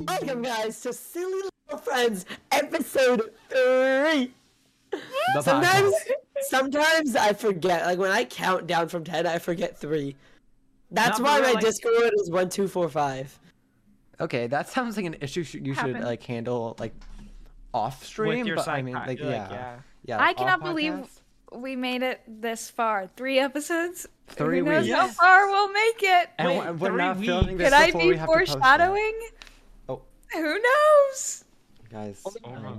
Welcome, guys, to Silly Little Friends, episode three. The Sometimes, podcast. sometimes I forget. Like when I count down from ten, I forget three. That's No, but why we're my like- Discord is one two four five. Okay, that sounds like an issue sh- you should Happen. like handle like off stream. your but I side mean, pod- like yeah, you're like, yeah. yeah. like, I off cannot believe- podcast. We made it this far. Three episodes. Three Who knows weeks. how far we'll make it? And Wait, we're- we're three not filming this Could I before be we have to post it. foreshadowing? Oh. Who knows? Guys, Oh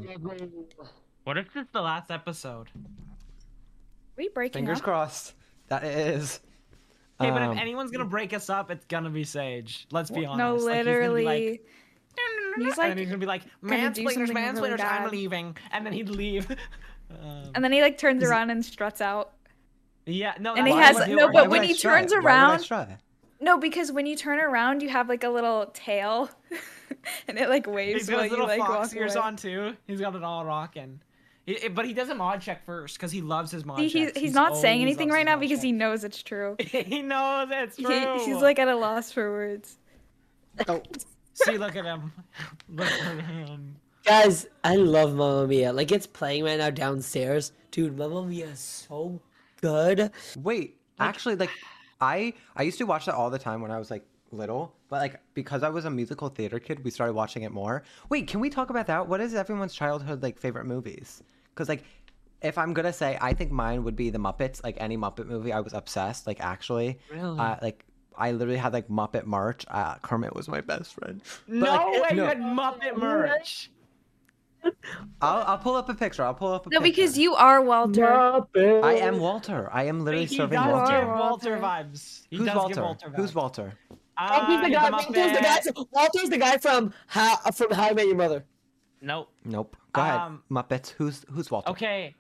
What if this is the last episode? We breaking fingers up? crossed. That it is. Hey, but Um, if anyone's gonna break us up, it's gonna be Sage. Let's be honest. No, Like, literally. He's gonna be He's like, and then like- he's gonna be like, gonna do mansplainers, something really mansplainers, I'm bad." leaving, and then he'd leave. Um, and then he like turns around and struts out. yeah, no. that's and he why has- I would do it. no, but why when would I he try it? turns Why would I around- try it? No, because when you turn around, you have like a little tail, and it like waves he's got while his you little like walk fox away. ears on too. He's got it all rocking. He- he- but he does a mod check first because he loves his mod See, he's, checks. he's not saying always anything loves right his now mod because he check. knows it's true. he knows it's He, true. he's like at a loss for words. see, look at him. look at him. Guys, I love Mamma Mia. Like it's playing right now downstairs, dude. Mamma Mia is so good. Wait, actually, like, I I used to watch that all the time when I was like little, but like because I was a musical theater kid, we started watching it more. Wait, can we talk about that? What is everyone's childhood like favorite movies? Because like, if I'm gonna say, I think mine would be the Muppets. Like any Muppet movie, I was obsessed. Like actually, Really? uh, like I literally had like Muppet merch. Uh, Kermit was my best friend. But, No like, eh, way, no. you had Muppet merch. I'll, I'll pull up a picture. I'll pull up a No, picture. because you are Walter. I am Walter. I am literally He does serving give Walter. Walter. Walter. vibes. He Who's does Walter? give Walter vibes. Who's Walter? Ah, Walter's the the guy. Walter's the guy. Muppet. Walter's the guy from How from How I Met Your Mother. Nope. Nope. Go Um, ahead. Muppets. Who's who's Walter? Okay.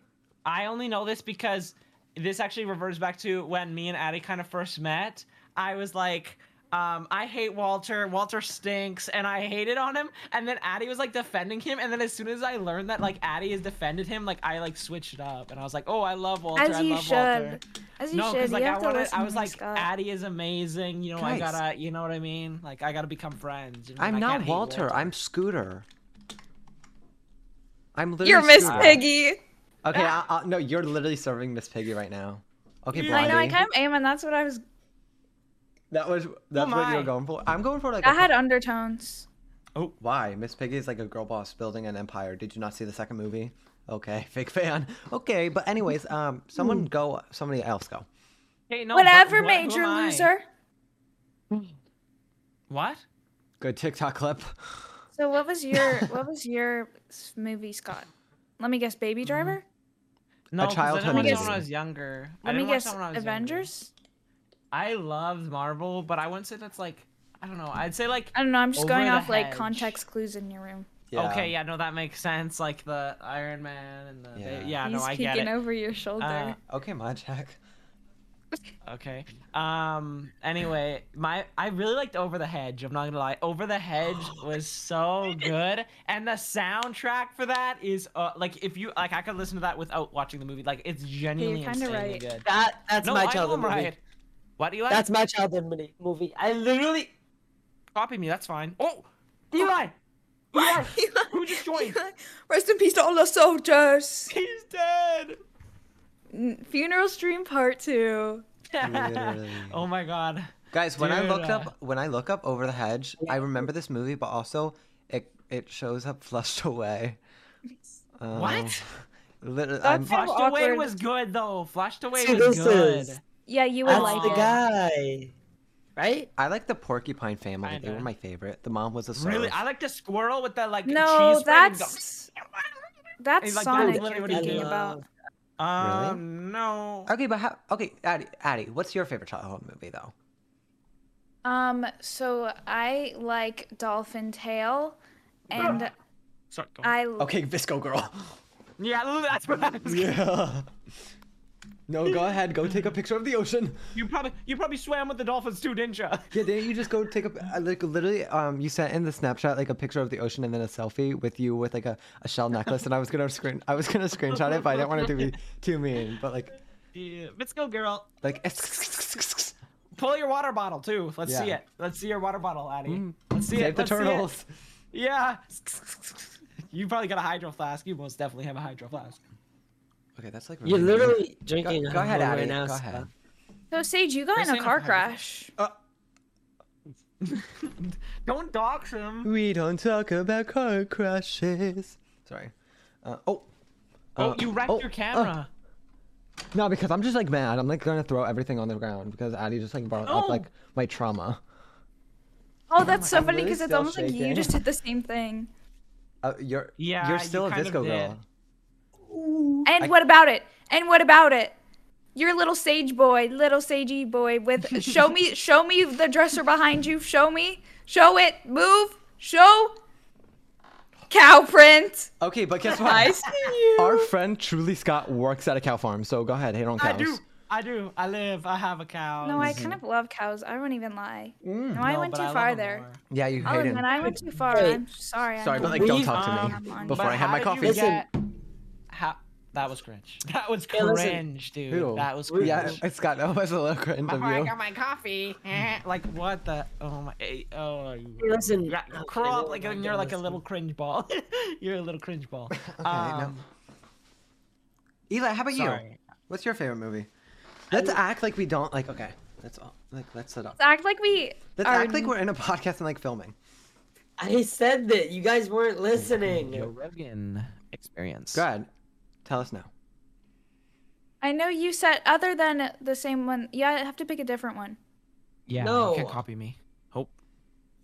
I only know this because this actually reverts back to when me and Addie kind of first met. I was like, um, I hate Walter. Walter stinks, and I hated on him. And then Addie was like defending him. And then as soon as I learned that like Addie has defended him, like I like switched it up, and I was like, oh, I love Walter. As I you love should. Walter. As you No, should. because like you I have to wanted, listen I was to like, Scott. Addie is amazing. You know, I Guys. gotta, you know what I mean? Like I gotta become friends. You know? I'm and I can't not hate Walter. I'm Scooter. I'm literally. You're Miss Scooter. Piggy. Okay. I, I, no, you're literally serving Miss Piggy right now. Okay, Yeah. Blondie. I know. I kind of am, and that's what I was. That was that's Oh what my. you're going for. I'm going for like. That a- had undertones. Why Miss Piggy is like a girl boss building an empire. Did you not see the second movie? Okay, fake fan. Okay, but anyways, um, Hmm. someone go. Somebody else go. Hey, no, but Whatever, what- who major am I? loser. What? Good TikTok clip. So what was your what was your s- movie, Scott? Let me guess, Baby Mm-hmm. Driver. No, 'cause childhood I didn't watch that movie. when I was younger. I Let me didn't watch guess, that when I was younger. Avengers. I loved Marvel, but I wouldn't say that's like I don't know. I'd say like I don't know. I'm just Over going the off like Hedge. context clues in your room. okay, yeah, no, that makes sense. Like the Iron Man and the Yeah. yeah, no, He's I peeking get it. over your shoulder. Uh, Okay, my check. Okay. Um. Anyway, my I really liked Over the Hedge. I'm not gonna lie. Over the Hedge was so good, and the soundtrack for that is uh like if you like I could listen to that without watching the movie. Like it's genuinely kinda insanely right. good. That that's no, my I know childhood I'm movie. right. What do you like? That's my childhood mini- movie. I literally. copy me. That's fine. Oh, Eli. Eli. Who just joined? Rest in peace to all the soldiers. He's dead. Funeral stream part two. Literally. oh my god. Guys, when I looked Dude, uh, up when I look up over the hedge, I remember this movie, but also it it shows up flushed away. Um, What? Literally, That I'm, fu- Flushed awkward. Away was good though. Flushed Away See, was this good. is- Yeah, you would That's like the it. guy, right? I like the Porcupine family. They were Kinda. my favorite. The mom was a serf. Really, I like the squirrel with the like No, cheese spread and that's go- that's He's like, that was Sonic literally you're what he thinking did. about. Um, no. Okay, but how? Okay, Addie, Addie, what's your favorite childhood movie though? Um, so I like Dolphin Tail, and Sorry, go on. I Okay, Visco Girl. yeah, look, that's what I was. yeah. No, go ahead. Go take a picture of the ocean. You probably you probably swam with the dolphins too, didn't you? Yeah, didn't you just go take a I, like literally? Um, you sent in the Snapchat like a picture of the ocean and then a selfie with you with like a, a shell necklace, and I was gonna screen I was gonna screenshot it, but I didn't want it to be too mean. But like Yeah, let's go, girl. like Pull your water bottle too. Let's see Yeah. it. Let's see your water bottle, Addie. Mm. Let's see Save it. the Let's see it. turtles. Yeah. You probably got a hydro flask. You most definitely have a hydro flask. Okay, that's like You're really mean. literally drinking. Go, go ahead, alcohol Right Addie. now, go so- ahead. So Sage, you got Chris, in I a know how car to- crash. Don't dox him. We don't talk about car crashes. Sorry. Uh, oh. Oh, Uh, you wrecked oh, your uh, camera. no, because I'm just like mad. I'm like gonna throw everything on the ground because Addie just like brought up No. like my trauma. Oh, that's so I'm funny really because it's still almost like you shaking. just did the same thing. Uh, you're Yeah, You're you still a kind of disco did. girl. And what about it? And what about it? Your little sage boy, little sagey boy with show me show me the dresser behind you. Show me. Show it. Move. Show cow print. Okay, but guess I what? see you. Our friend Truly Scott works at a cow farm, so go ahead, hit on cows. I do. I do. I live. I have a cow. No, I kind of love cows. I won't even lie. Mm. No, I went too far there. Yeah, you I'll hate admit, him. I went too far. Wait. I'm sorry. I Sorry, know. but like, don't We've, talk to me um, before but I have my how coffee. did you Listen, get- How, that was cringe. That was Yeah, listen. cringe, dude. Ew. That was Ooh, cringe. Yeah, it's got that was a little cringe of Before I you. got my coffee. eh, like what the? Oh my! eh, Oh. you- Oh Hey, listen. Ra- Okay, Crawl well, like my and you're like a goodness. little cringe ball. you're a little cringe ball. Okay, no. Eli, how about you? sorry. What's your favorite movie? Let's act like we don't like. Okay, that's all. Like, let's set up. Let's act like we. Let's are- act like we're in a podcast and like filming. I said that you guys weren't listening. Rogan experience. Go ahead, tell us now. I know you said other than the same one. Yeah, I have to pick a different one. Yeah. No. You can't copy me. Hope.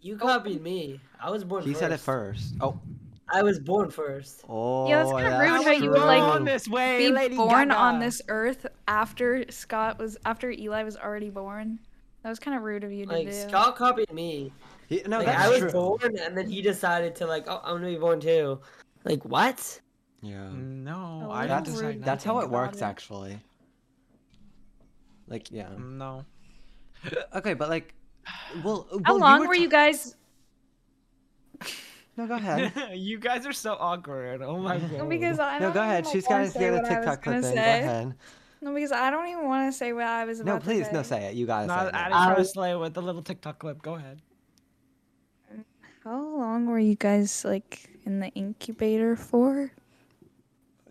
You copied me. I was born. He first. said it first. Oh, I was born first. oh. Yeah, that's kinda rude how you would, like, true. Born this way, be Lady born on Gaga. this earth after Scott was after Eli was already born. That was kind of rude of you to Like do. Scott copied me. He- no, Like, that's I was true. born, and then he decided to like, oh, I'm gonna be born too. Like what? Yeah. Mm, No, Oh, I that's- didn't decide That's how nothing. it works, about it. actually. Like, yeah. No. Okay, but like, well, How well, long were, were you ta- guys? No, go ahead. Um, you guys are so awkward. Oh my god. No, because I No, don't go ahead. even She's wanna got to say get a what I was TikTok gonna clip in. Go say. ahead. No, because I don't even want to say what I was about No, to please, say. no, say it. You gotta No, say it. Addie's now. I trying to was- slay with the little TikTok clip. Go ahead. How long were you guys like in the incubator for?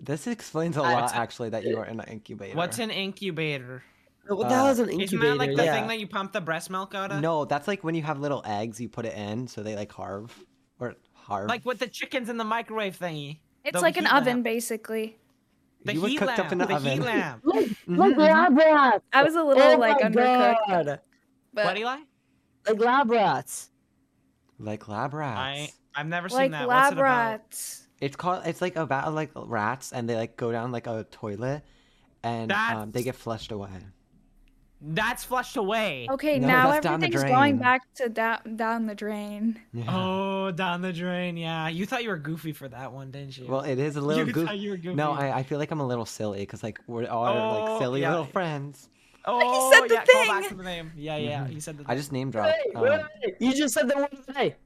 This explains a I- lot, actually, that you were in an incubator. What's an incubator? No, What the hell Uh, is an Isn't incubator? that like the yeah. thing that you pump the breast milk out of? No, that's like when you have little eggs, you put it in, so they like harve or harve. Like with the chickens in the microwave thingy. It's The like an heat oven, lamp. basically. The You were heat cooked up lamp. in the the heat oven. lamp. Look, Mm-hmm. Mhm, lab rats. I was a little oh like my undercooked, God. but what Eli? Like lab rats. like lab rats. I I've never like seen that. What's lab it about? rats. It's called. It's like about like rats, and they like go down like a toilet, and um, they That's- get flushed away. That's flushed away. Okay, No, now that's down the everything's going drain. back to down down the drain. Yeah. Oh, down the drain. Yeah, you thought you were goofy for that one, didn't you? Well, it is a little You goof- thought you were goofy. No, I, I feel like I'm a little silly because like we're all like Oh, silly yeah. little friends. oh, said the yeah, Call back thing. to the name. Yeah, yeah. Mhm. He said the. I just Hey, name dropped. wait, um, wait. You just said the word today.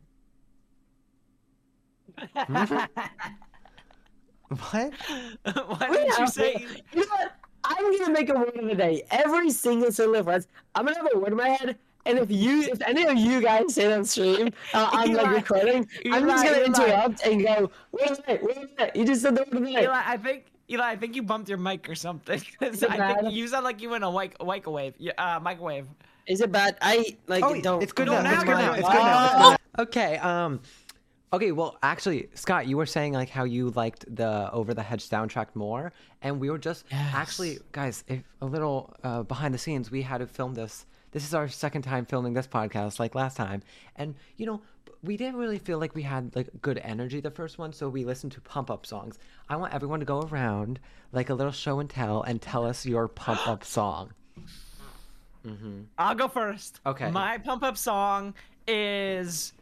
Hmm? what? Why did you say? You know what? I'm gonna make a word of the day. Every single syllable friends. I'm gonna have a word in my head, and if you, if any of you guys say it on stream, uh, I'm like Eli, recording. I'm just Eli, gonna Eli. interrupt and go. Wait a minute, wait a minute. You just said the word of the day. Eli, I think Eli, I think you bumped your mic or something. 'cause Is it I bad? think you sound like you went a wake, microwave. Yeah, uh, microwave. Is it bad? I like Oh, don't. it's good No, now. now It's good you're now. good. It's good now. It's Ah. good now. Okay. Um. Okay. Well, actually, Scott, you were saying like how you liked the Over the Hedge soundtrack more, and we were just actually, Yes. guys, if a little uh, behind the scenes, we had to film this. This is our second time filming this podcast, like last time, and you know. We didn't really feel like we had like good energy the first one, so we listened to pump up songs. I want everyone to go around like a little show and tell and tell us your pump up song. I'll go first. Okay. My pump up song is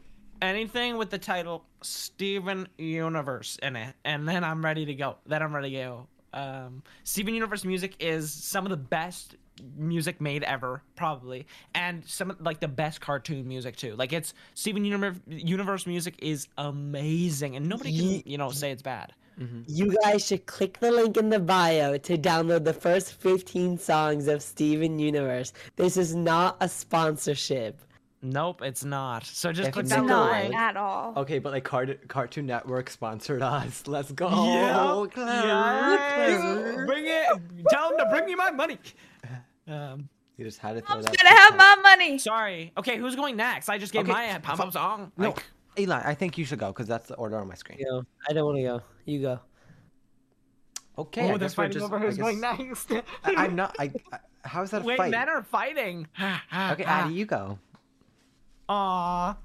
anything with the title Steven Universe in it, and then I'm ready to go. Then I'm ready to go. Um, Steven Universe music is some of the best music made ever, probably, and some of, like the best cartoon music too. Like it's Steven Universe, Universe music is amazing, and nobody can Ye- you know say it's bad. you guys should click the link in the bio to download the first 15 songs of Steven Universe. This is not a sponsorship. Nope, it's not. So just If click it's that Not Right. link. at all. Okay, but like Cart- Cartoon Network sponsored us. Let's go. Oh, Yeah. Clever. Yes. Bring it. Tell him to bring me my money. Um, You just had to throw Mom's that. gonna have my money. sorry. Okay, who's going next? I just gave Okay, my pop up song. No, Like, Eli, I think you should go because that's the order on my screen. You know, I don't want to go. You go. Okay. oh, I they're guess we're fighting just. over I who's guess- going next. I, I'm not. I, I. How is that a Wait, fight? men are fighting. Okay, Addie, you go. Aw.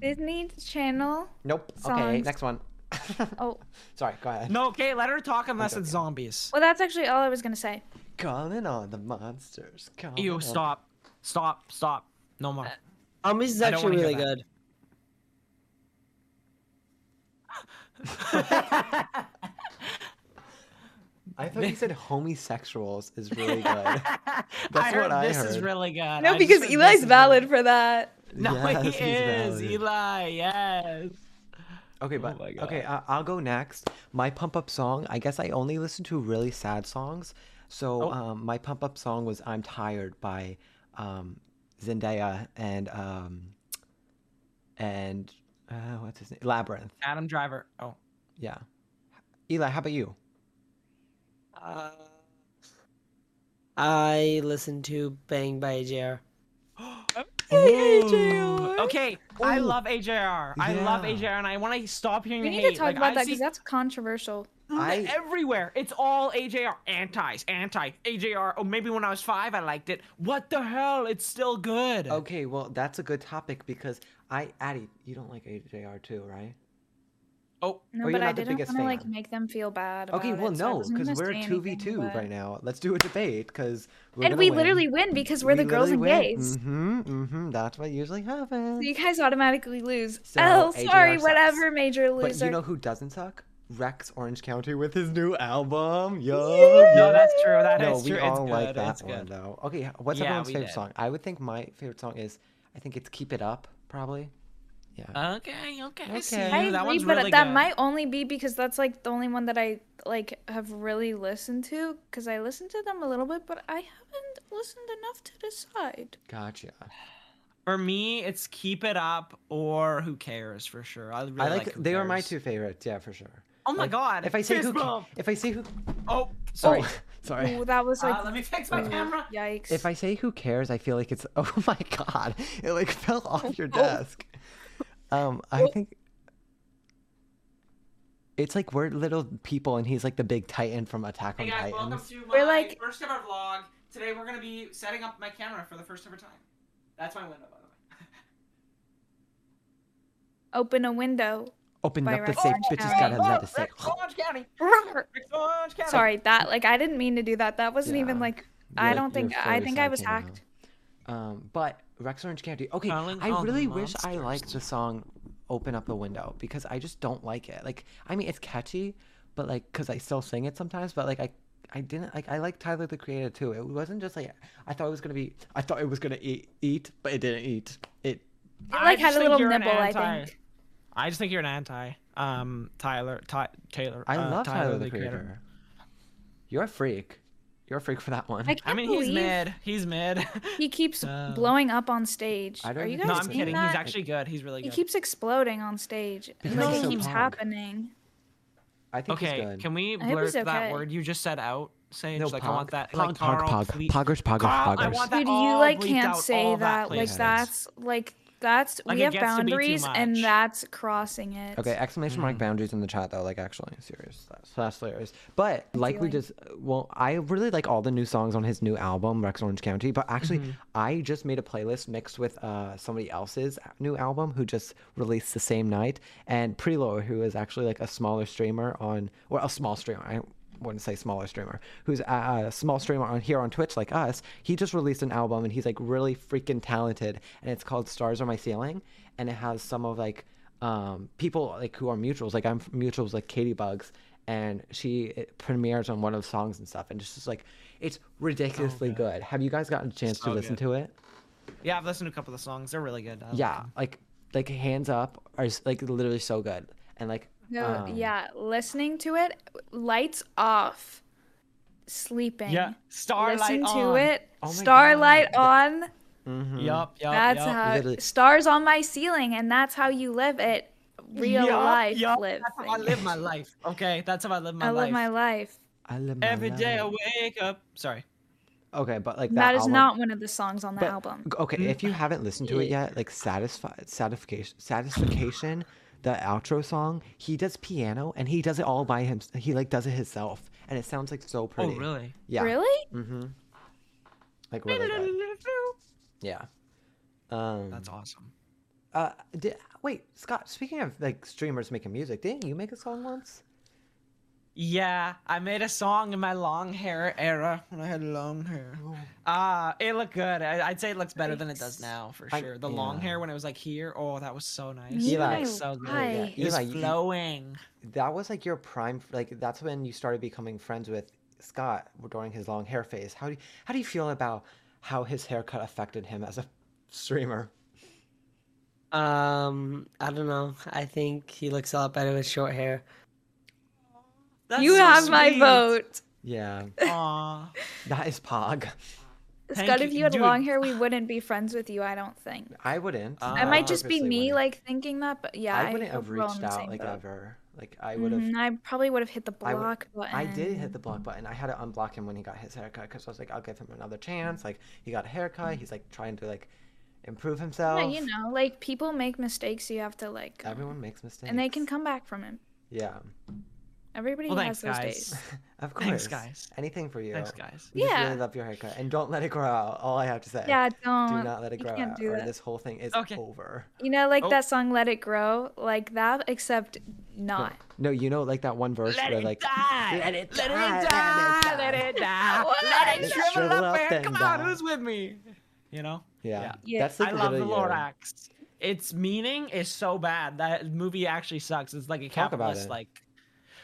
Disney Channel. Nope. Okay, Songs. next one. Oh, Sorry, go ahead. No, okay, let her talk unless it's zombies. well, that's actually all I was gonna say. Calling all the monsters. Calling You all- stop. Stop. Stop. No more. Zombies is I don't actually wanna really hear that. good. I thought you said homosexuals is really good. I heard what I this is heard. really good. I No, just because heard this Eli's is valid for really- that. No, Yes, he he's is. valid. Eli, yes. Okay, but Oh my okay, I- I'll go next. My pump up song. I guess I only listen to really sad songs. So Oh. um, my pump up song was "I'm Tired" by um, Zendaya and um, and uh, what's his name? Labyrinth. Adam Driver. Oh. Yeah. Eli, how about you? Uh, I listen to Bang by AJR. Ooh. Okay, I Ooh. love AJR. I love Yeah. AJR, and I want to stop hearing We need hate. to talk Like, about I that see because that's controversial. I- everywhere. It's all AJR. Antis, anti, AJR. Oh, maybe when I was five, I liked it. What the hell? It's still good. Okay, well that's a good topic because I Addie, you don't like AJR too, right? Oh, No, Oh, you're but I not the didn't biggest want to like fan. make them feel bad. Okay, about well it, so I no, wasn't because gonna we're say two v anything, two but- right now. Let's do a debate because we're And we literally win because we're the girls and gays. Mm-hmm, mm-hmm. That's what usually happens. So you guys automatically lose. So, oh, AJR sorry, sucks. whatever, major loser. But you know who doesn't suck? Rex Orange County with his new album. Yo. no, that's true. That is no, we true. all it's like good. that it's one good. though. Okay, h- what's Yeah, everyone's we favorite did. song? I would think my favorite song is, I think it's "Keep It Up," probably. Yeah. Okay, okay. I see. Okay. you. I agree, that one's but really that good. might only be because that's like the only one that I like have really listened to. Because I listened to them a little bit, but I haven't listened enough to decide. gotcha. For me, it's keep it up or who cares for sure. I really I like. Who they are my Cares. two favorites. Yeah, for sure. Oh my Like, god. If I say fist who, ca- bump. if I say who, Oh, sorry. sorry, sorry. Ooh, that was like Uh, let me fix my camera. yikes. If I say who cares, I feel like it's oh my god, it like fell off your desk. Um, I think it's like we're little people, and he's like the big titan from Attack on Hey guys, welcome Titan. to my We're like- first ever vlog. Today we're gonna be setting up my camera for the first ever time. That's my window, by the way. Open a window. Open by up the Rex safe, Orange bitches County. gotta let us say. Rex Orange County. Rex Orange County. Sorry, that like I didn't mean to do that. That wasn't even Yeah. like You're I like- don't you're think I furry think I was psycho now. hacked. Um, but Rex Orange County. Okay, Calling I all the really wish I oh, monsters. liked the song "Open Up the Window" because I just don't like it. Like, I mean, it's catchy, but like, cause I still sing it sometimes. But like, I, I didn't like. I like Tyler the Creator too. It wasn't just like I thought it was gonna be. I thought it was gonna eat, eat, but it didn't eat. It. It like had just a think little you're an nibble. I anti. think. I just think you're an anti. Um, Tyler, Ty- Taylor. I uh, love Tyler, the, Creator. You're a freak. You're a freak for that one. I can't I mean, believe he's mid. He's mid. he keeps Uh, blowing up on stage. I Are don't you even guys no, He's I'm seeing kidding. that? He's actually good. He's really He good. keeps exploding on stage. Because like he's it so keeps punk. happening. I think he's okay, good. can we hope blurt he's that okay. word you just said out? Say, no, like pog. I want that. Pog, like, pog, Carl, pog. please- Poggers, poggers, Carl, poggers. I want that Dude, you all like bleeped can't out, say all that. like please. that's like that's Like, we it have gets to be too boundaries and much. that's crossing it. Okay, exclamation mark boundaries in the chat though, like actually serious slash- slash layers. But like we feeling. just, well, I really like all the new songs on his new album Rex Orange County. But actually, I just made a playlist mixed with uh, somebody else's new album who just released the same night, and Prelo, who is actually like a smaller streamer on, or a small streamer. I wouldn't say smaller streamer who's uh, a, a small streamer on here on twitch like us he just released an album and he's like really freaking talented and it's called stars are my ceiling and it has some of like um, people like who are mutuals. Like I'm f- mutuals like Katie Bugs, and she it premieres on one of the songs and stuff, and it's just like it's ridiculously good. Have you guys gotten a chance to So listen good. to it? Yeah, I've listened to a couple of the songs. They're really good. I like Yeah, them. like like hands up are s- like literally so good, and like No, Um, yeah, listening to it, lights off, sleeping. Yeah, starlight Listen to on. it, Oh my starlight God. on. Mhm. Yup, yup. That's yup. how Literally. stars on my ceiling, and that's how you live it. Real Yup, life, yup, live. That's how I thing. live my life. Okay, that's how I live my I life. live my life. I live my Every day I life. wake up. Sorry. Okay, but like that, that is album- not one of the songs on the But- album. g- Okay, if you haven't listened to it yet, like satisfied, satisfaction, satisfaction, the outro song, he does piano and he does it all by himself. He like does it himself, and it sounds like so pretty. Oh, really? Yeah. Really? Mm-hmm. Like really good. Yeah. Um, That's awesome. uh, did, wait, Scott. Speaking of like streamers making music, didn't you make a song once? Yeah, I made a song in my long hair era when I had long hair. Ah, it looked good. I, I'd say it looks better than it does Nice. now for I- sure. The long yeah. hair when it was like here. Oh, that was so nice. Me Eli. It was so good. Why? It was Eli, you- flowing. That was like your prime. Like that's when you started becoming friends with Scott during his long hair phase. How do you, how do you feel about how his haircut affected him as a streamer? Um, I don't know. I think he looks a lot better with short hair. That's you so have my sweet. vote. Yeah, Aw. that is pog. Thank Scott, if you- you had dude. long hair, we wouldn't be friends with you. I don't think. I wouldn't. I I I might just be purposely me, Uh, wouldn't. like thinking that. But yeah, I wouldn't hope have we're all reached in the out same like boat. ever. Like I would have. Mhm, I probably would have hit the I would- block um, button. I did hit the block button. I had to unblock him when he got his haircut because I was like, I'll give him another chance. Like he got a haircut. He's like trying to like improve himself. Yeah, you know, like people make mistakes. You have to like, um, Everyone makes mistakes. and they can come back from it. Yeah, Everybody Well, thanks, has those guys. days. of course. Thanks, guys. Anything for you. Thanks, guys. We just Yeah. really love your haircut, and don't let it grow out. All I have to say. Yeah, don't. Do not let it you grow can't out, do or that. this whole thing is Okay. over. You know, like Oh. that song "Let It Grow," like that, except not. No, you know, like that one verse Let where it like die. let it Let it die, die. Let it die. Let it Let it shrivel shrivel up, up man. and Come on, die. who's with me? You know? Yeah. Yeah. that's like I love the literally your- Lorax. Its meaning is so bad. That movie actually sucks. It's like a Talk about capitalist it. like.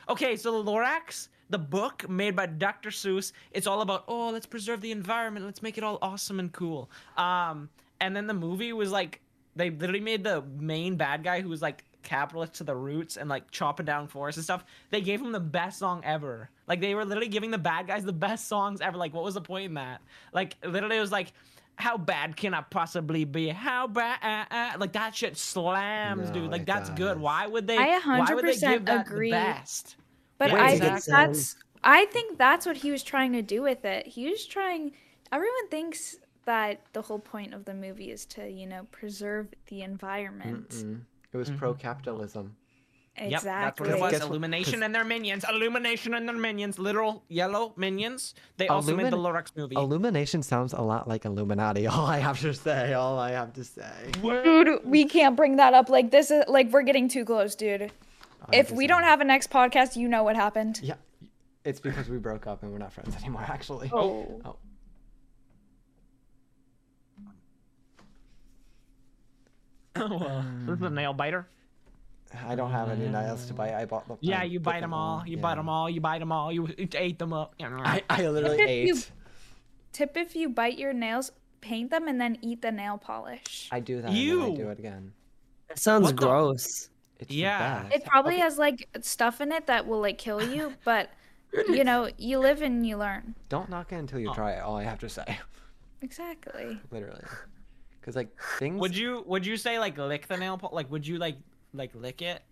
Okay, so the Lorax, the book made by Dr. Seuss, it's all about oh, let's preserve the environment, let's make it all awesome and cool. Um, and then the movie was like they literally made the main bad guy who was like capitalist to the roots and like chopping down forests and stuff. They gave him the best song ever. Like they were literally giving the bad guys the best songs ever. Like what was the point in that? Like literally it was like how bad can I possibly be? How bad? Like that shit slams, No, dude. Like it that's good. does. Why would they? I why would they 100% give that agree. the best? But Yeah, I think exactly. that's I think that's what he was trying to do with it. He was trying everyone thinks that the whole point of the movie is to, you know, preserve the environment. Mm-mm. It was pro capitalism. Yep, that's Exactly. what it was. Guess what- Illumination 'cause- and their minions. Illumination and their minions. Literal yellow minions. They also made the Illumin- Lorax movie. Illumination sounds a lot like Illuminati. All I have to say. All I have to say. Dude, we can't bring that up like this is like we're getting too close, dude. Oh, I If we just- don't have a next podcast, you know what happened. Yeah, it's because we broke up and we're not friends anymore. Actually. Oh. Oh. well, this is a nail biter. I don't have any nails to bite. I bought them. Yeah, I you bit bite them all. You bite 'em bite yeah. them all. You bite them all. You ate them up. I, I literally if ate. you- Tip if you bite your nails, paint them and then eat the nail polish. I do that. You. And then I Ew. do it again. That sounds What the- gross. It's the Yeah. best. It probably Okay, has like stuff in it that will like kill you, but you know, you live and you learn. Don't knock it until Oh. you try it. All I have to say, Exactly. literally, because like things. Would you would you say like lick the nail pol- like would you like like lick it?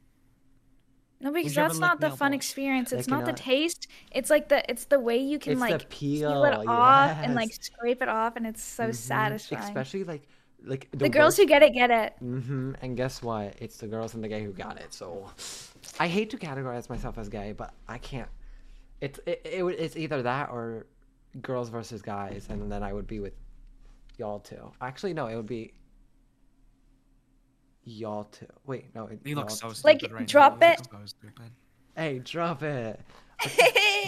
No, because you ever that's lick not the nail fun polish? experience. Like, It's you not the know- taste. It's like the it's the way you can It's the like peel it peel, off and like yes. Mm-hmm. scrape it off, and it's so satisfying. Especially like like the girls who get it get it. hmm And guess what? It's the girls and the gay who got it. So, I hate to categorize myself as gay, but I can't. It's it, it would- it's either that or girls versus guys, and then I would be with y'all too. Actually, no, it would be y'all too. Wait, no. It, y'all two. Like, right now. drop He looks it. Hey, drop it.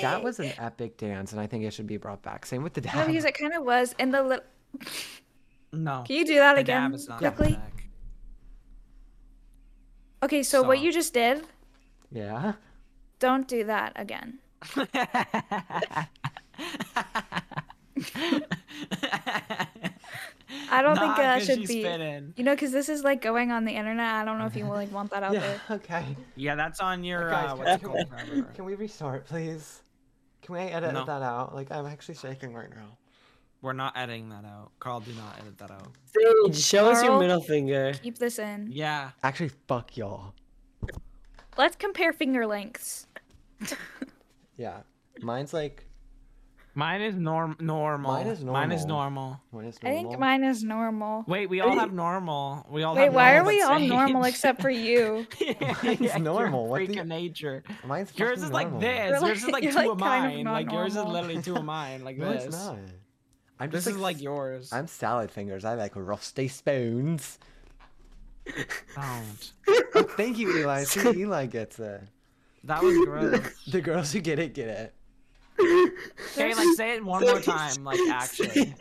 That was an epic dance, and I think it should be brought back. Same with the no, dab. because it kind of was. And the little No. can you do that The again dab is not coming quickly? back. Okay, so what So- you just did, yeah. don't do that again. I don't think Not that good should she's be. spitting. You know, because this is like going on the internet. I don't know if you like want that out Uh-huh. yeah. there. Okay. Yeah, that's on your. Guys, uh, can, what's it we- called? can we restart, please? Can we edit No. that out? Like, I'm actually shaking right now. We're not editing that out. Carl, do not edit that out. Sage, show us your Carl? middle finger. Keep this in. Yeah. Actually, fuck y'all. Let's compare finger lengths. Yeah. Mine's like. Mine is norm normal. Mine is normal. Mine is I normal. think mine is normal. Wait, we all have normal. We all Wait, have why are normal, we but all same. normal except for you? Yeah, Mine's you're normal, what freak the- of nature. Mine's Yours fucking is like normal. this. You're yours is like- like you're two of like kind of mine. Like yours is non-normal. literally two of mine. Like No, this. it's not. I'm This just is like yours. I'm salad fingers. I like rusty spoons. Don't. Oh, thank you, Eli. See, Eli gets it. That was gross. The girls who get it get it. okay, like say it one more time, like action.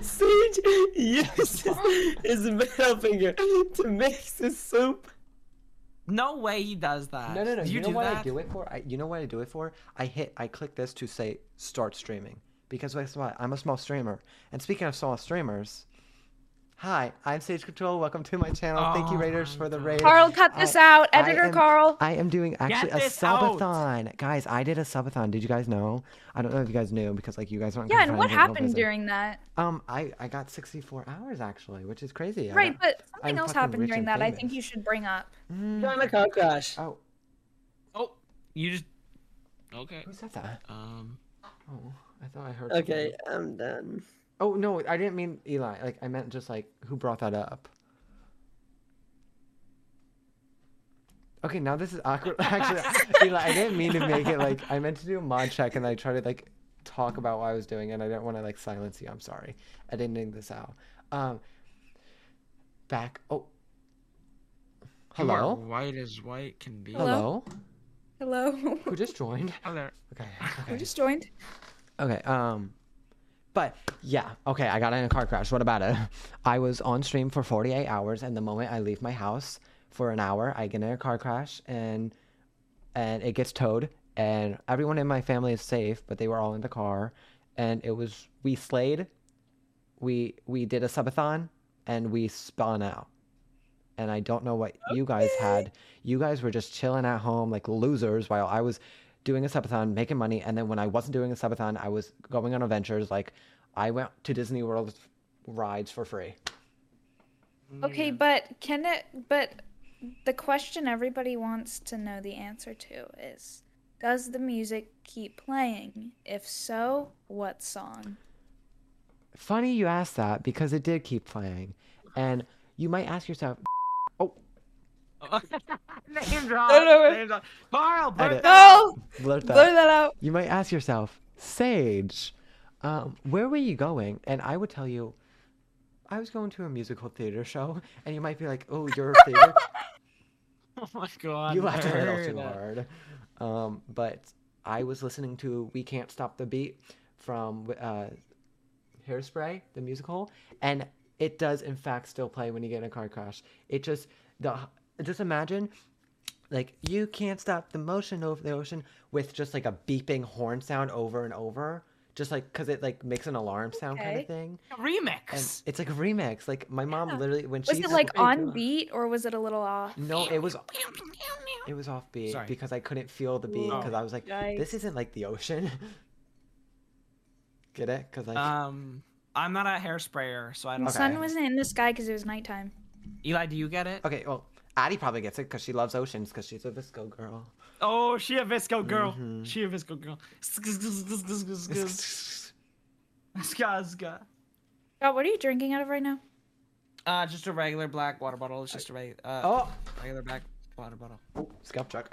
Sage uses his middle finger to mix his soup. No way he does that. No, no, no. Uh, Do You, you, know do what that? I do it for? I, you know what I do it for? I hit. I click this to say start streaming because guess what? I'm a small streamer. And speaking of small streamers, hi, I'm Sage Control. Welcome to my channel. thank you, Oh Raiders, my for the God. raid. Carl, cut I- this out. I Editor am- Carl. I am doing actually a this out. subathon, guys. I did a subathon. Did you guys know? I don't know if you guys knew because like you guys aren't. Yeah, and confined what to local happened prison. during that? Um, I I got 64 hours actually, which is crazy. I Right, got- but something I'm else fucking happened rich during and that. I famous. think you should bring up. You're on a car crash. Mm. Oh, Oh, you just. Okay. who said that? Um. Oh, I thought I heard. Okay, something. I'm done. Oh no, I didn't mean Eli. Like I meant just like who brought that up. Okay, now this is awkward. Actually, Eli, I didn't mean to make it like I meant to do a mod check and I tried to like talk about what I was doing and I didn't want to like silence you. I'm sorry. I didn't think this out. Um, back. Oh, you are hello, White as white can be. Hello? hello. Hello. Who just joined? Hello. Okay. Who okay. just joined? Okay. Um, but yeah. Okay. I got in a car crash. What about it? I was on stream for 48 hours, and the moment I leave my house for an hour, I get in a car crash, and and it gets towed, and everyone in my family is safe, but they were all in the car, and it was we slayed, we we did a subathon, and we spun out. And I don't know what you guys had. You guys were just chilling at home like losers while I was doing a subathon, making money, and then when I wasn't doing a subathon, I was going on adventures. Like I went to Disney World rides for free. Okay, but can it? But the question everybody wants to know the answer to is: Does the music keep playing? If so, what song? Funny you asked that because it did keep playing, and you might ask yourself, name drop. No, no, wait. name drop. Carl, Edit. birthday. No, blurt that. blur that out. You might ask yourself, Sage, um, where were you going? And I would tell you, I was going to a musical theater show, and you might be like, oh, you're a theater. Oh my god. you laughed a little nerd. too hard. Um, but I was listening to "We Can't Stop the Beat" from uh, Hairspray, the musical, and it does in fact still play when you get in a car crash. It just the just imagine like you can't stop the motion over the ocean with just like a beeping horn sound over and over, just like because it like makes an alarm sound kind Okay. of thing. And Remix. it's like a remix. Like my mom literally when Was she's it like screaming- on beat or was it a little off? No, it was it was off beat Sorry. because I couldn't feel the beat because I was like, this isn't like the ocean. Get it? Because like, Um, I'm not a hairsprayer, so I don't. The Okay. sun wasn't in the sky because it was nighttime. Eli, do you get it? okay, well, Addie probably gets it because she loves oceans because she's a visco girl. Oh, she a visco girl. Mhm. She a visco girl. Ska, ska. God, what are you drinking out of right now? Uh, just a regular black water bottle. It's just a regular, uh, oh, regular black water bottle. scalp check.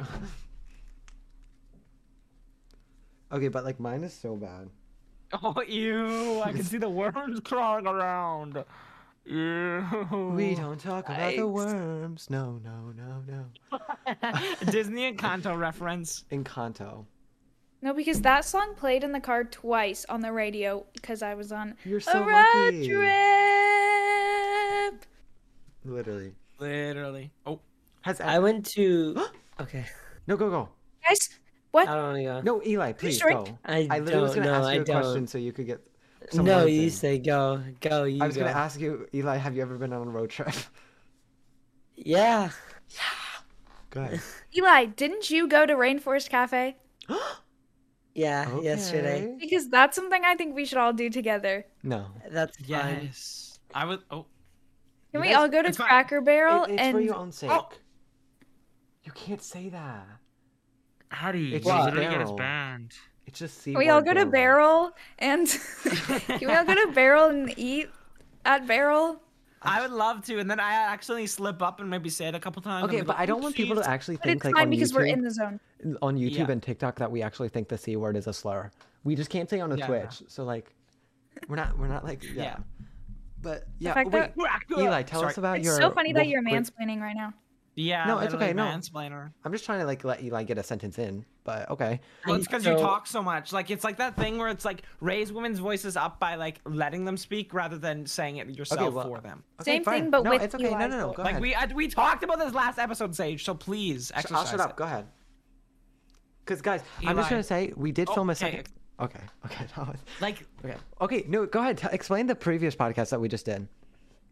okay, but like mine is so bad. Oh, ew! I can see the worms crawling around. Ew. We don't talk about the Yikes. worms. No, no, no, no. Disney and Encanto reference. Encanto. No, because that song played in the car twice on the radio because I was on You're so a road lucky. trip. Literally. Literally. Oh. Has I I... went to. Okay. no go go. Guys, I what? don't want to go. No, Eli, please drink? go. I, I literally was don't gonna know. ask I you a don't. question so you could get some no, words you in. say go, go. You I was go. gonna ask you, Eli, have you ever been on a road trip? Yeah. Go ahead. Eli, didn't you go to Rainforest Cafe? Yeah. Yesterday. Okay. Because that's something I think we should all do together. No. That's fine. Yes. I was. Oh. Can You we guys- all go to it's fine. Cracker Barrel It- it's for and oh. your own sake. You can't say that. How do you It's you're just gonna get us barrel. banned? It's just C. can we all Oh, go to Barrel and can we all go to Barrel and eat at Barrel? I would love to, and then I accidentally slip up and maybe say it a couple times. Okay, but I don't want people to actually But it's think like fine on because YouTube, we're in the zone. on YouTube Yeah. and TikTok that we actually think the c word is a slur. We just can't say on a Yeah. Twitch. So like, we're not we're not like yeah. Yeah. But yeah, fact wait, that- Eli, tell us about It's your. so funny that wolf you're break- mansplaining right now. Yeah. No, it's literally okay, no. Mansplainer. I'm just trying to like let Eli get a sentence in, but okay. Well, it's because you So- talk so much. Like it's like that thing where it's like raise women's voices up by like letting them speak rather than saying it yourself well, for them. Okay, Same thing, fine. but no, with it's okay. No, Eli's no, no. voice. Go like ahead. we I, we talked about this last episode, Sage. So please, Sh- exercise I'll shut up. it. Go ahead. Because guys, I'm Eli. just gonna say we did Oh, film a hey, second. Okay. Okay. That was... Like Okay. Okay. No, go ahead. T- explain the previous podcast that we just did.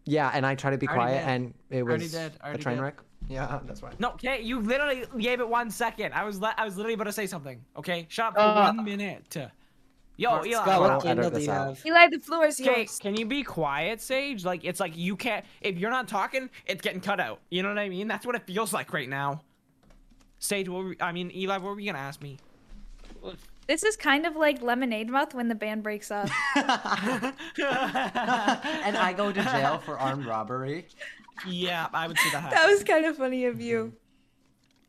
Yeah, and I tried to be I already quiet, did. and it already was did, I a already train did. wreck. Yeah, that's why. no, okay. You literally gave it one second. I was le- I was literally about to say something. Okay, shut up for Uh, one minute. Yo, Eli. Scott, I'll what edit candle do this you out. have? Eli, the floor is Okay, yours. can you be quiet, Sage? Like it's like you can't if you're not talking, it's getting cut out. You know what I mean? That's what it feels like right now. Sage, what were, I mean, Eli, what were you gonna ask me? This is kind of like Lemonade Mouth when the band breaks up. and I go to jail for armed robbery. yeah, I would see that. that happen. was kind of funny of you.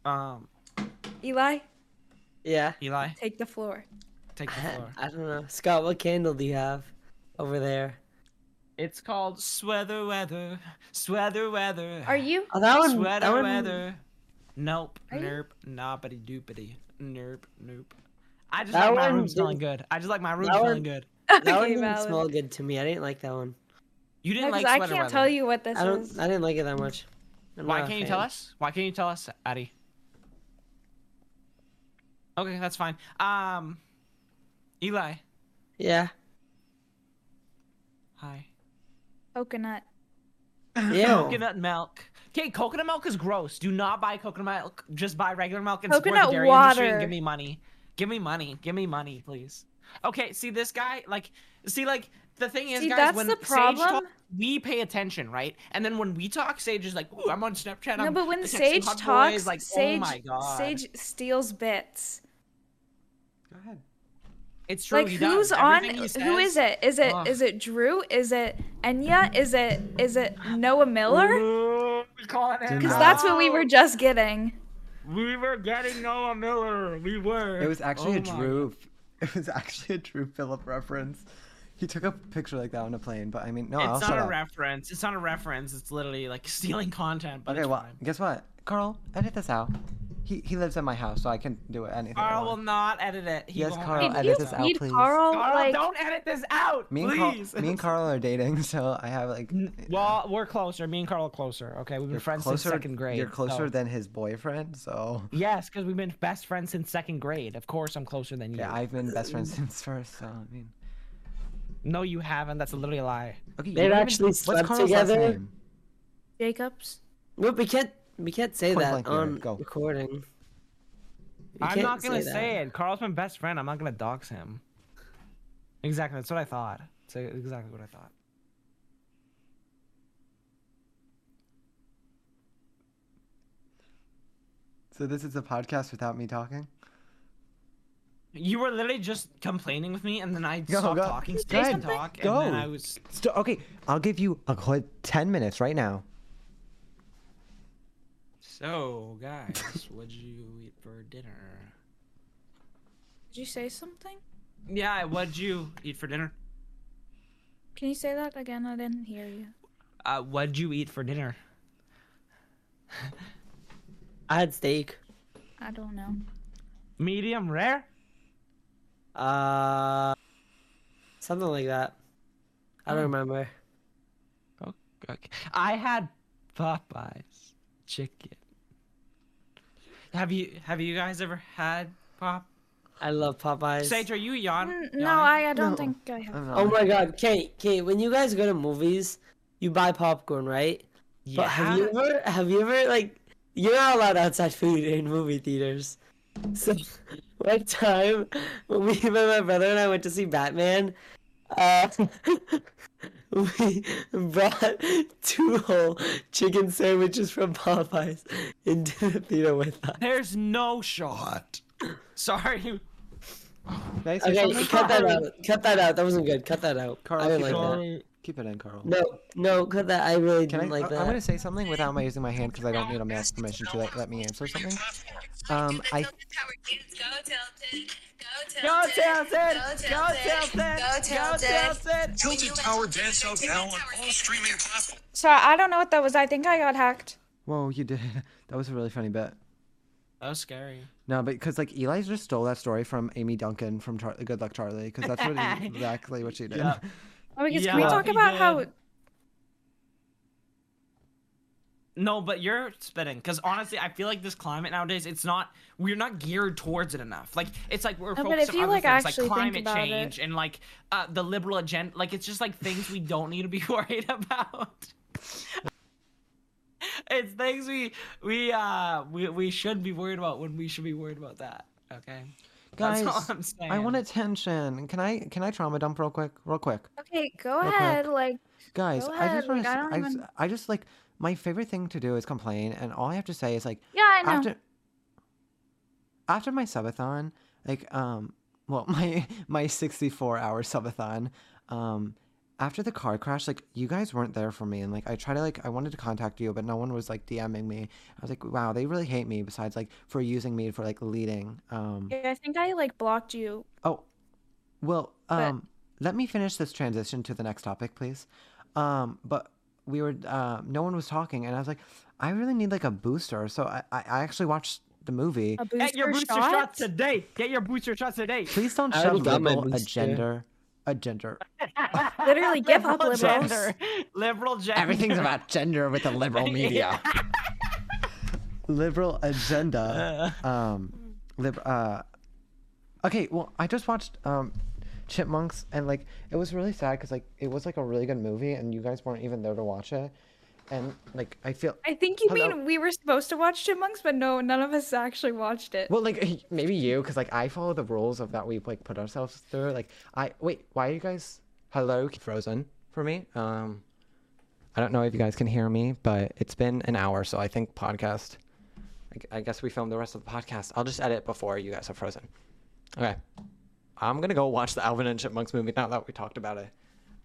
Um, Eli, Yeah. Eli, take the floor. take the floor. I don't know. Scott, what candle do you have over there? It's called Sweather Weather. Sweather Weather. Are you? Oh, that one. that Sweater one, Weather. Nope. Are you- Nerp. Nobbity doopity. Nerp. Nope. I just That like my one room smelling didn't- good. I just like my room that smelling one- good. That one okay, didn't valid. smell good to me. I didn't like that one. You No, didn't 'cause like I Sweater can't Weather. tell you what this I don't. is. I didn't like it that much. I'm Why not a can't you tell fan. us? Why can't you tell us, Addy? Okay, that's fine. Um, Eli, Yeah. hi. Coconut. Ew. Coconut milk. Okay, coconut milk is gross. Do not buy coconut milk. Just buy regular milk and support Coconut the dairy industry water. and give me money. Give me money. Give me money, please. Okay, see this guy, like, see, like, the thing is, See, guys, that's when the Sage problem. talks, we pay attention, right? And then when we talk, Sage is like, "Ooh, I'm on Snapchat." No, I'm but when texting Sage hot boys," talks, like, Sage, oh my god, Sage steals bits. Go ahead. it's true. like he who's does. on? Everything he Who says- is it? Is it? Is Ugh. it Drew? Is it Enya? Is it? Is it Noah Miller? Ooh, we calling him Because out. that's what we were just getting. We were getting Noah Miller. We were. It was actually a Oh my- Drew. It was actually a Drew Phillip reference. He took a picture like that on a plane, but I mean, no, I'll It's shut not a up. reference. It's not a reference. It's literally like stealing content. But okay, it's well, fine. guess what, Carl? Edit this out. He he lives at my house, so I can do anything. I Carl will want. not edit it. He Yes, won't Carl, edit Did it. edit you this out, feed please. Carl Carl, like? don't edit this out, Me and, Carl, please. me and Carl are dating, so I have like. Well, we're closer. Me and Carl are closer. Okay, we've been friends since second grade. You're closer so- than his boyfriend, so Yes, because we've been best friends since second grade. Of course, I'm closer than you. yeah, I've been best friends since first. So I mean, No, you haven't. That's literally a lie. okay, you They've don't even- actually slept Carl's last together? name? Jacobs. But we can't. We can't say Point that blank period, on go. recording. We I'm can't not gonna that. say it. Carl's my best friend. I'm not gonna dox him. Exactly. That's what I thought. That's exactly what I thought. So this is a podcast without me talking. You were literally just complaining with me, and then I Go, stopped go. talking. Say Stayed something. talk, and then I Go. was. St- okay, I'll give you a good ten minutes right now. So, guys, what'd you eat for dinner? Did you say something? Yeah, what'd you eat for dinner? Can you say that again? I didn't hear you. Uh, what'd you eat for dinner? I had steak. I don't know. Medium rare? Uh, something like that. I Mm. don't remember. Oh, okay. I had Popeyes chicken. Have you have you guys ever had Pop I love Popeyes. Sage, are you yawn? N- yawning? Mm, No, I, I don't No. think I have. I'm not. oh my god, Kate, Kate, when you guys go to movies, you buy popcorn, right? But have you ever have you ever like you're not allowed outside food in movie theaters. So one time when me and my brother and I went to see Batman, uh we brought two whole chicken sandwiches from Popeyes into the theater with us. There's no shot. Sorry. Did I say Okay, something? cut that out. Cut that out. That wasn't good. Cut that out. Carl, I didn't keep, like that. it. keep it in, Carl. No, no, cut that. I really Can I, didn't like I, am that. going to say something without my using my hand because I don't need a mask permission to like, let me answer something. Um, I Oh, Go Tilted! Go Tilted! Go Tilted! Tilted! Tilted Tower Dance Out now on all streaming platforms. Sorry, I don't know what that was. I think I got hacked. whoa, you did. That was a really funny bit. That was scary. No, but because like Eli just stole that story from Amy Duncan from Char- Good Luck Charlie because that's what exactly what she did. Yeah. Oh, because can we Yeah, talk he about how? did. No, but you're spitting because honestly, I feel like this climate nowadays, it's not we're not geared towards it enough. Like it's like we're Uh, but focused if on you, other like, things actually like think climate about it- change and like uh, the liberal agenda. Like it's just like things we don't need to be worried about. it's things we we uh we, we should be worried about when we should be worried about that. Okay, Guys, that's all I'm saying. I want attention. Can I can I trauma dump real quick? Real quick. Okay, go Okay. ahead. Like, Guys, Go I ahead, just want like, to I don't I, just, even- I just like my favorite thing to do is complain and all I have to say is like yeah, I know. after after my subathon, like um well my my 64 hour subathon, um after the car crash, like you guys weren't there for me and like I tried to like I wanted to contact you but no one was like DMing me. I was like, wow, they really hate me besides like for using me for like leading. Um Yeah, I think I like blocked you. Oh, well, But- um, let me finish this transition to the next topic, please. Um, but we were, uh, no one was talking, and I was like, I really need like a booster. So I, I I actually watched the movie. A booster, Get your booster shot? shots today. Get your booster shots today. Please don't I already shove got my liberal a booster. gender, a gender. Literally, give up, liberal liberals. gender. Liberal gender. Everything's about gender with the liberal media. liberal agenda. Um, lib- uh, okay, well, I just watched um, Chipmunks, and like it was really sad because like it was like a really good movie, and you guys weren't even there to watch it, and like I feel I think you Hello. mean we were supposed to watch Chipmunks, but no, none of us actually watched it. well, like maybe you, because like I follow the rules of that we've like put ourselves through. Like I wait, why are you guys hello frozen for me? Um, I don't know if you guys can hear me, but it's been an hour, so I think podcast. I, gu- I guess we filmed the rest of the podcast. I'll just edit before you guys are frozen. Okay, I'm gonna go watch the Alvin and Chipmunks movie now that we talked about it.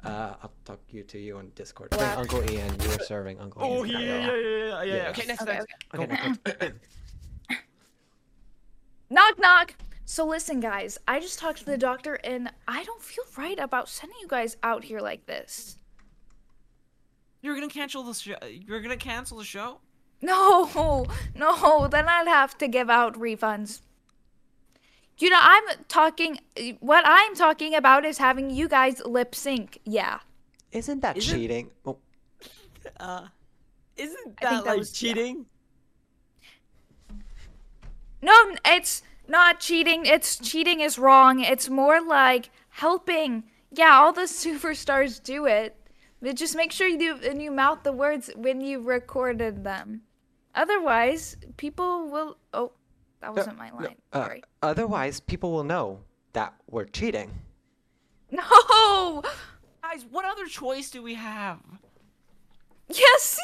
Uh, I'll talk you to you on Discord. Thank Uncle Ian, you were serving Uncle Oh Ian's yeah, guy. yeah, yeah, yeah, yeah, yeah. Yeah. Okay, next, Okay, next. okay. Okay, Knock, knock. So listen, guys. I just talked to the doctor, and I don't feel right about sending you guys out here like this. You're gonna cancel the show. You're gonna cancel the show. No, no, then I'd have to give out refunds. You know, I'm talking, what I'm talking about is having you guys lip sync. Yeah. Isn't that Isn't- cheating? Oh. Isn't I think that like was- yeah. cheating? No, n- it's not cheating. It's cheating is wrong. It's more like helping. Yeah, all the superstars do it. But just make sure you do and you mouth the words when you recorded them. Otherwise, people will. Oh, that wasn't my line. Uh, Sorry. Otherwise, people will know that we're cheating. No. Guys, what other choice do we have? Yeah, see?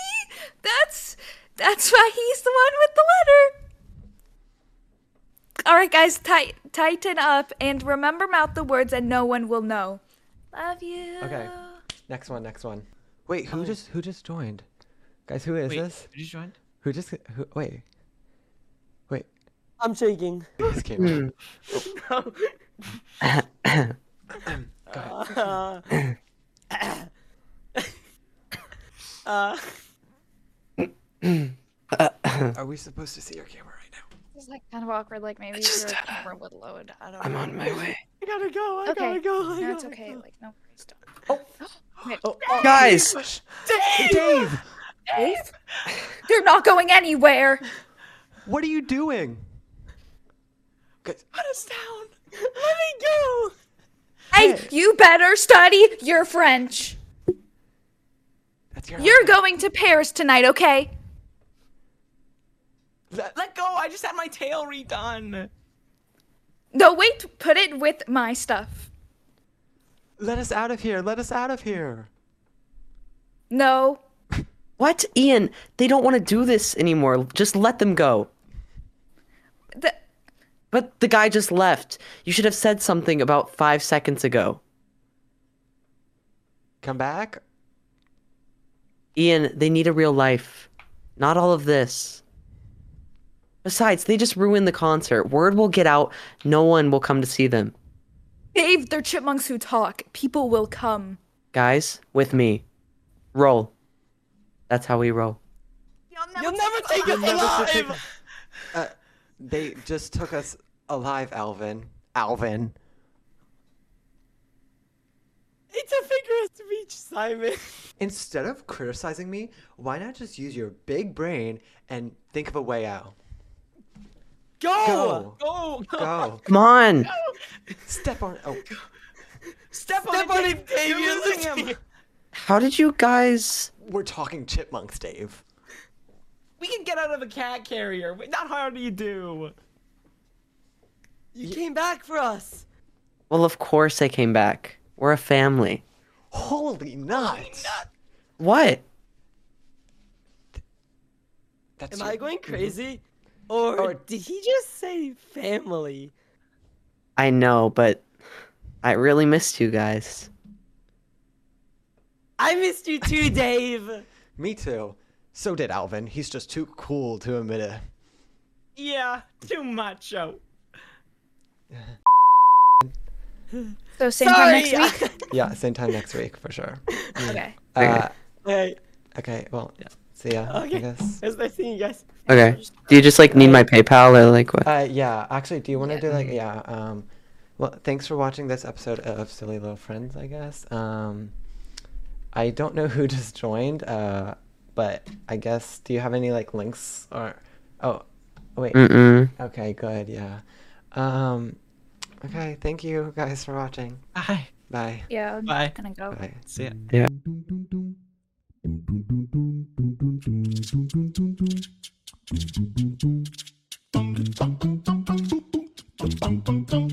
That's that's why he's the one with the letter. All right, guys, tight, tighten up and remember mouth the words and no one will know. Love you. Okay. Next one. Next one. Wait, who just who just joined? Guys, who is Wait, this? did you join? Who just who? Wait, wait. I'm shaking. who Just came Hmm. in. Uh, uh, Are we supposed to see your camera right now? This is like kind of awkward. Like maybe your camera would load. I don't know. uh, on my way. I gotta go. I Okay. gotta go. I No, gotta it's okay. Like no worries. Don't. Oh, oh, Guys, Dave! Dave, Dave? You're not going anywhere. what are you doing? Guys, Put us down. me go. Hey, you better study your French. That's your You're going to Paris tonight, okay? Let go! I just had my tail redone. No, wait, put it with my stuff. Let us out of here. Let us out of here. No. What, Ian? They don't want to do this anymore. Just let them go. The, But the guy just left. You should have said something about five seconds ago. Come back. Ian, they need a real life. Not all of this. Besides, they just ruined the concert. Word will get out. No one will come to see them. Dave, they're chipmunks who talk. People will come. Guys, with me. Roll. That's how we roll. You'll never take us alive. Uh, they just took us alive, Alvin. Alvin. It's a figure of speech, Simon. Instead of criticizing me, why not just use your big brain and think of a way out? Go! Go. Go! Go! Go. Come on! Step on. Oh. Step, on it, Dave! You're losing him! How did you guys. We're talking chipmunks, Dave. We can get out of a cat carrier. Not hard do you do? You came back for us. Well, of course I came back. We're a family. Holy nuts! What? That's Am your- I going crazy? mm-hmm. Or, Or- did he just say family? I know, but I really missed you guys. I missed you too, Dave. Me too. So did Alvin. He's just too cool to admit it. Yeah, too Oh. macho. So same time next Sorry. week? Yeah, same time next week for sure. Okay. Uh, Hey, okay. Well, yeah. see ya. Okay. I guess. it was nice seeing you guys. Okay. Do you just like need my PayPal or like what? Uh, yeah. Actually, do you want to do like yeah? Um, well, thanks for watching this episode of Silly Little Friends. I guess. Um, I don't know who just joined. Uh, but I guess do you have any like links or? Oh, wait. Mm-mm. Okay. Good. Yeah. Um, okay. Thank you guys for watching. Bye. Bye. Yeah, I'm Bye. gonna go. Bye. See ya. Dum dum dum dum dum dum dum dum dum dum dum dum dum dum dum